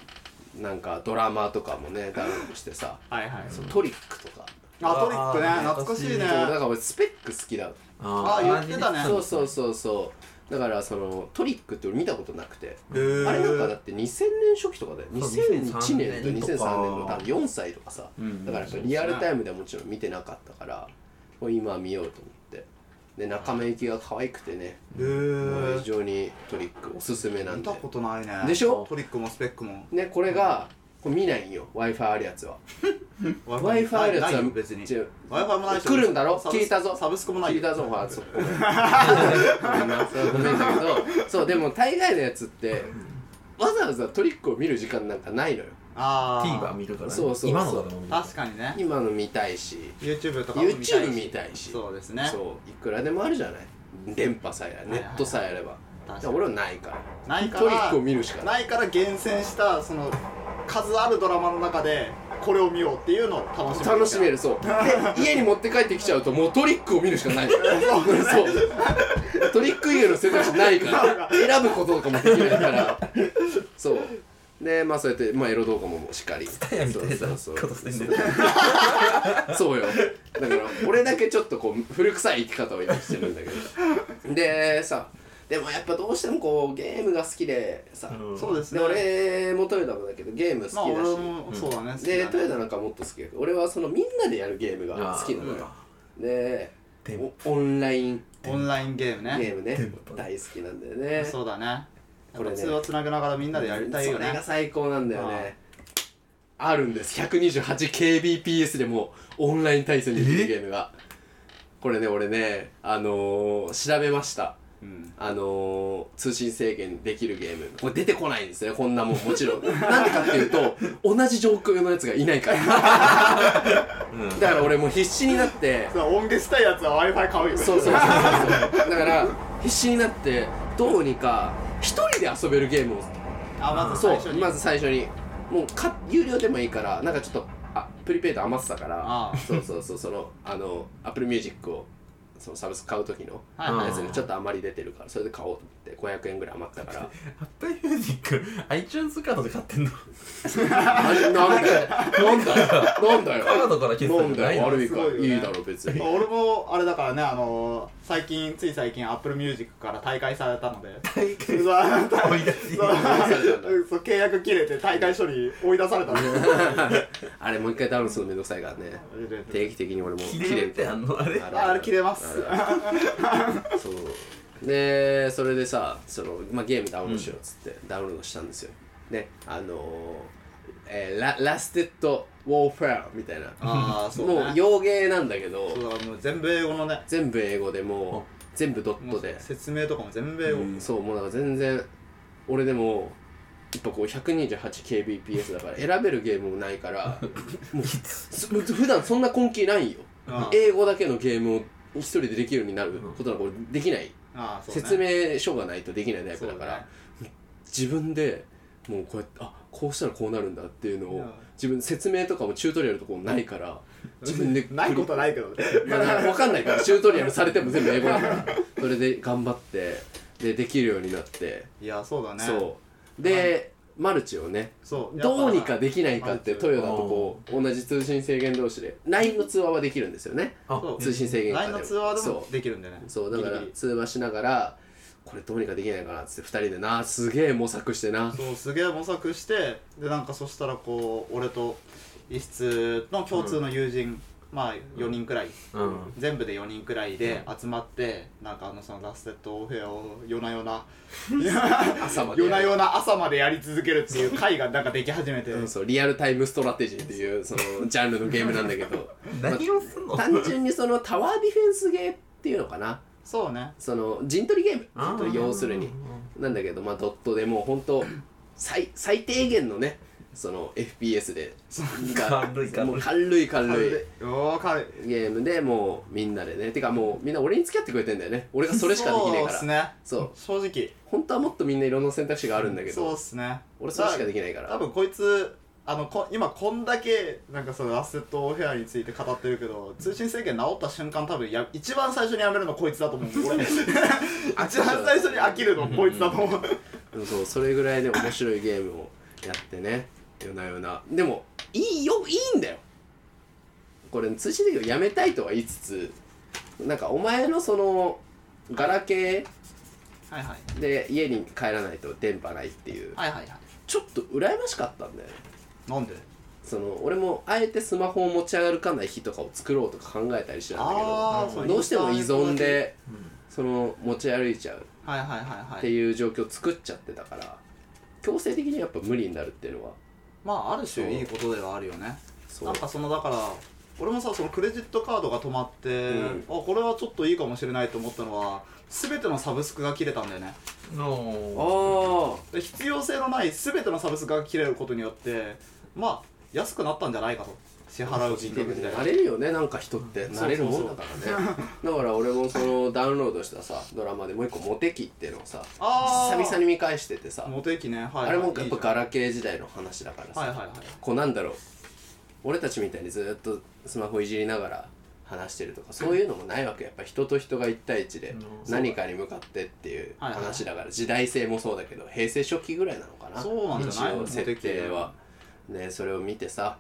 Speaker 1: なんかドラマとかもねダウンロードしてさ
Speaker 2: はいはい
Speaker 1: トリックとか
Speaker 2: あトリックね
Speaker 3: あー
Speaker 2: 懐かしいね
Speaker 3: 懐
Speaker 1: そうだから俺スペック好きだ
Speaker 2: あ言ってたね
Speaker 1: そうそうそうそうだからそのトリックって俺見たことなくて
Speaker 2: へー
Speaker 1: あれなんかだって2000年初期とかだよ
Speaker 3: そう
Speaker 1: 2001年と2003年
Speaker 3: 2003年とか
Speaker 1: の多分4歳とかさだからやっぱリアルタイムではもちろん見てなかったからもう今見ようと思ってで中目行きが可愛くてね
Speaker 2: へ
Speaker 1: もう
Speaker 2: ー
Speaker 1: 非常にトリックおすすめなん
Speaker 2: 見
Speaker 1: で
Speaker 2: たことないね
Speaker 1: でしょ
Speaker 2: トリックもスペックも
Speaker 1: ねこれがこれ見ないんよ w i f i あるやつは w i f i あるやつ
Speaker 2: ない
Speaker 1: は
Speaker 2: よ別に
Speaker 1: 違う
Speaker 2: Wi-Fi もないし
Speaker 1: 来るんだろ
Speaker 2: サブス
Speaker 1: 聞いたぞ
Speaker 2: サブスクもない
Speaker 1: 聞いたぞほらそ こごめんそうごめんだけどそうでも大概のやつってわざわざトリックを見る時間なんかないのよ
Speaker 2: あー
Speaker 3: TVer 見るからね。
Speaker 1: そうそうそう
Speaker 3: 今のだと思う。
Speaker 2: 確かにね
Speaker 1: 今の見たいし
Speaker 2: YouTube とかも見たいし
Speaker 1: YouTube 見たいし
Speaker 2: そうですね
Speaker 1: そういくらでもあるじゃない電波さえあれ
Speaker 2: は
Speaker 1: ネ
Speaker 2: いはいはい
Speaker 1: ットさえあれば
Speaker 2: 確かに
Speaker 1: だから俺はないから
Speaker 2: ないから
Speaker 1: トリックを見るしかない
Speaker 2: ないから厳選したその数あるドラマの中でこれを見ようっていうのを楽しめる
Speaker 1: 楽しめるそうで家に持って帰ってきちゃうともうトリックを見るしかないそうトリック以外の選択肢ないから選ぶこととかもできないからそうでまあそうやって、まあ、エロ動画もしっかり
Speaker 3: タイヤみたいなこ
Speaker 1: そ
Speaker 3: とし
Speaker 1: うそう
Speaker 3: て
Speaker 1: そ
Speaker 3: ん
Speaker 1: う
Speaker 3: だよ。
Speaker 1: そうよだから俺だけちょっとこう古臭い生き方を今してるんだけどでさでもやっぱどうしてもこうゲームが好きでさ、
Speaker 3: うん
Speaker 2: そうです
Speaker 1: で
Speaker 2: ね
Speaker 1: 俺もトヨタもだけどゲーム好き
Speaker 2: まあ
Speaker 1: だ
Speaker 2: 俺
Speaker 1: し、
Speaker 2: もそうだね好き
Speaker 1: で
Speaker 2: だね
Speaker 1: トヨタなんかもっと好きだけど俺はそのみんなでやるゲームが好きなのよで
Speaker 3: でも
Speaker 1: おオンライン
Speaker 2: オンラインゲーム
Speaker 1: ゲ
Speaker 2: ね
Speaker 1: ームね
Speaker 3: 電波
Speaker 1: 大好きなんだよね
Speaker 2: そうだねや
Speaker 1: こ
Speaker 2: っ
Speaker 1: れね
Speaker 2: ぱ通話つなぐながらみんなでやりたいよ
Speaker 1: それが
Speaker 2: ね
Speaker 1: 最高なんだよねあるんです 128kbps でもオンライン対戦できるゲームがこれね俺ねあのー、調べました
Speaker 2: うん
Speaker 1: あのー、通信制限できるゲームこれ出てこないんですねこんなもんもち ろんなんでかっていうと同じ上空のやつがいないから
Speaker 3: うん
Speaker 1: だから俺もう必死になって
Speaker 2: そう音源したいやつは Wi-Fi 買うよ
Speaker 1: そうそうそうそうそうだから必死になってどうにか一人で遊べるゲームを
Speaker 2: あまず
Speaker 1: そ
Speaker 2: 最初
Speaker 1: う
Speaker 2: に
Speaker 1: まず最初にもうか有料でもいいからなんかちょっとあプリペイド余ってたから
Speaker 2: ああ
Speaker 1: そうそうそうそのあのアップルミュージックをそのサブスク買う時の
Speaker 2: はいはい
Speaker 1: やつにちょっと余り出てるからそれで買おうと思って500円ぐらい余ったから
Speaker 3: アップルミュージック、iTunes カードで買ってんの
Speaker 1: あれなんだよなんだよなんだよ
Speaker 3: カードから決済
Speaker 1: なんだよ悪いか
Speaker 2: すごいよね
Speaker 1: いいだろ別に
Speaker 2: 俺もあれだからねあの最近つい最近 Apple Music から退会されたので
Speaker 3: 大会
Speaker 2: そうそう
Speaker 3: 追い出し。
Speaker 2: そう契約切れて退会処理追い出 されたの
Speaker 1: あれもう一回ダウンするのめんどくさいからね定期的に俺も
Speaker 3: 切れるってあんのあれ。
Speaker 2: あれ切れます
Speaker 1: そうでそれでさその、まあ、ゲームダウンロードしようっつって、ダウンロードしたんですよであのーえーララステッド・ウォーフェアみたいな
Speaker 2: ああそう
Speaker 1: もう
Speaker 2: ね
Speaker 1: 洋芸なんだけど
Speaker 2: そうだからもう全部英語のね
Speaker 1: 全部英語でもう全部ドッ
Speaker 2: も
Speaker 1: ト
Speaker 2: う
Speaker 1: で
Speaker 2: 説明とかも全部英語
Speaker 3: うん
Speaker 1: そうもうなんか全然俺でもやっぱこう 128kbps だから選べるゲームもないから もうすもう普段そんな根気ないよ
Speaker 2: ああ
Speaker 1: 英語だけのゲームを一人でできるようになることなんか俺できない
Speaker 2: ああそうね
Speaker 1: 説明書がないとできないタイプだから、自分でもうこうやってあこうしたらこうなるんだっていうの
Speaker 2: い
Speaker 1: を
Speaker 2: や
Speaker 1: 自分説明とかもチュートリアルとかもないから自分で
Speaker 2: ないことはないけどね
Speaker 1: まあだから分かんない からチュートリアルされても全部英語だからそれで頑張ってでできるようになって、
Speaker 2: いやそうだね
Speaker 1: そうで、マルチをね
Speaker 2: そう
Speaker 1: どうにかできないかって
Speaker 2: マルチ
Speaker 1: トヨタとこう同じ通信制限同士で LINE の通話はできるんですよね
Speaker 3: あ
Speaker 2: そう
Speaker 1: 通信制限下
Speaker 2: LINE の通話で
Speaker 1: そ
Speaker 2: も
Speaker 1: う
Speaker 2: できるんだよね
Speaker 1: そうだから
Speaker 2: ギリギリ
Speaker 1: 通話しながらこれどうにかできないかなっつって2人でなすげえ模索してな
Speaker 2: そうすげえ模索してでなんかそしたらこう俺と一室の共通の友人、まあ4人くらい、
Speaker 3: うん
Speaker 2: 全部で4人くらいで集まって、なんかあのそのラステッドオフェアを夜な 夜な
Speaker 1: 朝まで
Speaker 2: 夜な夜な朝までやり続けるっていう回がなんかでき始めて
Speaker 1: うんそうリアルタイムストラテジーっていうそのジャンルのゲームなんだけ ど
Speaker 3: 何をすんの
Speaker 1: 単純にそのタワーディフェンスゲーっていうのかな
Speaker 2: そうね
Speaker 1: その陣取りゲ
Speaker 3: あ
Speaker 1: ーム
Speaker 3: ー
Speaker 1: 要するになんだけどまあドットでもう本当最最低限のねその FPS でが
Speaker 3: 軽い軽い
Speaker 1: もう軽い軽い
Speaker 2: おー軽い
Speaker 1: ゲームでもうみんなでねてかもうみんな俺に付き合ってくれてんだよね俺がそれしかできねえから
Speaker 2: そうっ
Speaker 1: そ
Speaker 2: す
Speaker 1: う,、
Speaker 2: ね正直
Speaker 1: 本当はもっとみんないろんな選択肢があるんだけ
Speaker 2: そう
Speaker 1: ど
Speaker 2: っすね
Speaker 1: 俺それしかできないから
Speaker 2: 多分こいつあのこ今こんだけなんかそのアセットオフェアについて語ってるけど通信制限治った瞬間多分や一番最初にやめるのこいつだと思う俺一番最初に飽きるのこいつだと思う
Speaker 1: うんそうそれぐらいで面白いゲームをやってね夜な夜なでもいいよいいんだよこれ通信的をやめたいとは言いつつなんかお前のそのガラケ
Speaker 2: はいはい
Speaker 1: ーで家に帰らないと電波ないっていう
Speaker 2: はいはいはい
Speaker 1: ちょっと羨ましかったんだよね
Speaker 2: なんで
Speaker 1: その俺もあえてスマホを持ち上がらない日とかを作ろうとか考えたりしてたんだけど
Speaker 2: ああ
Speaker 3: ー
Speaker 1: どうしても依存で
Speaker 3: うん
Speaker 1: その持ち歩いちゃう
Speaker 2: はいはいはい
Speaker 1: っ
Speaker 2: は
Speaker 1: て
Speaker 2: い
Speaker 1: いう状況を作っちゃってたから強制的にやっぱ無理になるっていうのは
Speaker 2: まあある種いいことではあるよね
Speaker 1: そ
Speaker 2: な
Speaker 1: うん
Speaker 2: かそのだから俺もさそのクレジットカードが止まって、
Speaker 1: うん
Speaker 2: あこれはちょっといいかもしれないと思ったのは全てのサブスクが切れたんだよね
Speaker 3: の
Speaker 1: あ
Speaker 2: で必要性のない全てのサブスクが切れることによってまあ安くなったんじゃないかと支払う金額自体が
Speaker 1: 慣れるよねなんか人って
Speaker 2: そうそうそう
Speaker 1: 慣れるもんだからねだから俺もそのダウンロードしたさドラマでもう一個「モテキ」っていうのをさ
Speaker 2: あ
Speaker 1: 久
Speaker 2: あ
Speaker 1: 々に見返しててさ
Speaker 2: モテ期ねはい
Speaker 1: あれもやっぱガ
Speaker 2: ラ
Speaker 1: ラケー時代の話だから
Speaker 2: はいはい
Speaker 1: さ
Speaker 2: はい
Speaker 1: こうなんだろう俺たちみたいにずっとスマホいじりながら話してるとかそういうのもないわけやっぱ人と人が一対一で
Speaker 3: うん
Speaker 1: 何かに向かってっていう
Speaker 2: はいはい
Speaker 1: 話だから時代性もそうだけど平成初期ぐらいなのかな
Speaker 2: そうなんじゃない
Speaker 1: 一応設定はねそれを見てさ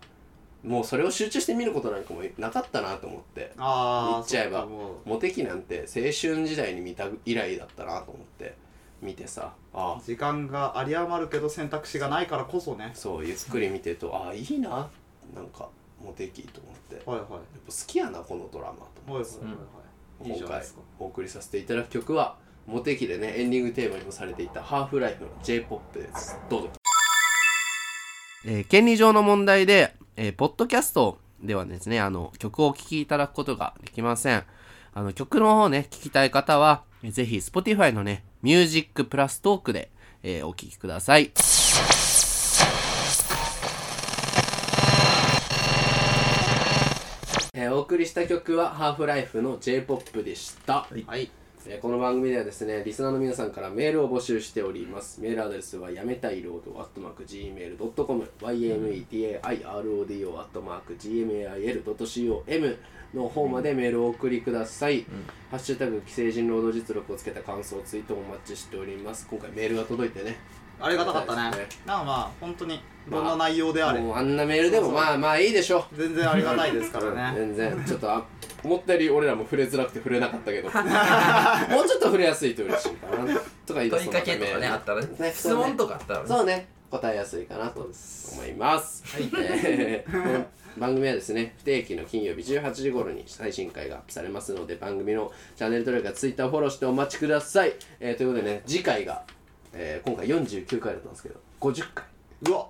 Speaker 1: もうそれを集中して見ることなんかもなかったなと思って
Speaker 2: ああ
Speaker 1: 言っちゃえば
Speaker 2: もう
Speaker 1: モテ期なんて青春時代に見た以来だったなと思って見てさああ
Speaker 2: 時間が有り余るけど選択肢がないからこそね
Speaker 1: そうゆっくり見てるとああいいななんかモテ期と思ってやっぱ
Speaker 2: はいはい
Speaker 1: 好きやなこのドラマと
Speaker 2: はいはいはいはいいいじゃ
Speaker 1: 今
Speaker 2: ない
Speaker 1: 回
Speaker 2: ですか
Speaker 1: お送りさせていただく曲はモテ期でねエンディングテーマにもされていた「ハーフライフの j p o p ですどうぞ、えー権利上の問題で、えーポッドキャストではですねあの曲をお聴きいただくことができませんあの曲の方ね聞きたい方はえーぜひ Spotify のね「ミュージックプラストークで、えーお聴きくださいえーお送りした曲は「ハーフライフの j p o p でした、
Speaker 2: はい
Speaker 1: えーこの番組ではですねリスナーの皆さんからメールを募集しておりますメールアドレスはやめたいロードアットマーク Gmail.com yametairodo アットマーク gmail.com の方までメールをお送りください、ハッシュタグ既成人労働実力をつけた感想ツイートもお待ちしております今回メールが届いてね
Speaker 2: ありがたかったね
Speaker 1: ありがたいです
Speaker 2: なんかまあ本当にどんな内容であれ
Speaker 1: もうあんなメールでも
Speaker 2: そうそう
Speaker 1: まあまあいいでしょう
Speaker 2: 全然ありがたいですからね
Speaker 1: 全然ちょっとあ思ったより俺らも触れづらくて触れなかったけどもうちょっと触れやすいと嬉しいかなとかいいです
Speaker 3: 問いかけとかねあったら
Speaker 1: ね
Speaker 3: ね質問とかあったらね
Speaker 1: そうね答えやすいかなと思います、えーこの 番組はですね不定期の金曜日18時頃に最新回がアップされますので番組のチャンネル登録やツイッターフォローしてお待ちください、えーということでね次回が、えー今回49回だったんですけど50回
Speaker 2: うわ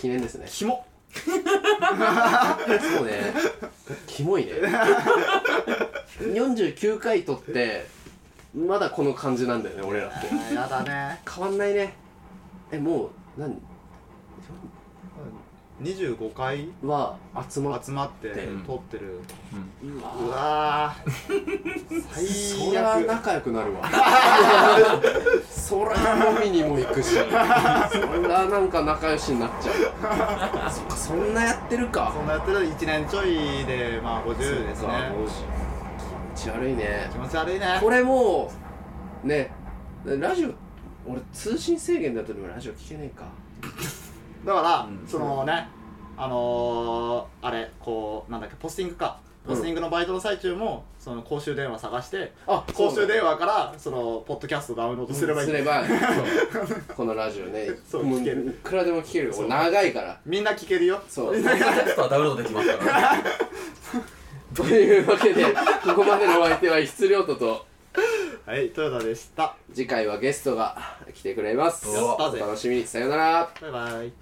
Speaker 1: 記念ですね
Speaker 2: キモ
Speaker 1: そうね。キモいね。49回撮って、まだこの感じなんだよね、俺らって。
Speaker 2: あやだね
Speaker 1: 変わんないね。え、もう、何
Speaker 2: 25回
Speaker 1: は集まっ
Speaker 2: 集まって
Speaker 1: うん
Speaker 2: 撮ってる
Speaker 1: うわ
Speaker 2: うわー
Speaker 1: そり
Speaker 2: 最
Speaker 1: ゃ
Speaker 2: 悪
Speaker 1: 仲良くなるわ。そりゃ飲みにも行くし、そりゃなんか仲良しになっちゃうわ。そっか、そんなやってるか。
Speaker 2: そんなやってる1年ちょいでまあ50です
Speaker 1: そっか
Speaker 2: ね
Speaker 1: もう気持ち悪いね
Speaker 2: 気。持ち悪いね
Speaker 1: これもうねラジオ俺通信制限だとでもラジオ聞けねえか
Speaker 2: だから
Speaker 3: うん
Speaker 2: そのねあのーあれこうなんだっけポスティングかポスティングのバイトの最中もその公衆電話探して
Speaker 1: あ
Speaker 2: 公衆電話からそのポッドキャストダウンロードすればいい、
Speaker 1: すれ ばそうこのラジオね
Speaker 2: そう
Speaker 1: もう
Speaker 2: 聞ける
Speaker 1: いくらでも聞けるよ
Speaker 2: そう
Speaker 1: 俺長いから
Speaker 2: みんな聞けるよ
Speaker 1: そう
Speaker 3: ポッドキャストはダウンロードできますからね
Speaker 1: というわけでここまでのお相手は質量とと
Speaker 2: はいトヨタでした
Speaker 1: 次回はゲストが来てくれます
Speaker 3: やった
Speaker 2: ぜ
Speaker 1: お楽しみにさよなら
Speaker 2: バイバイ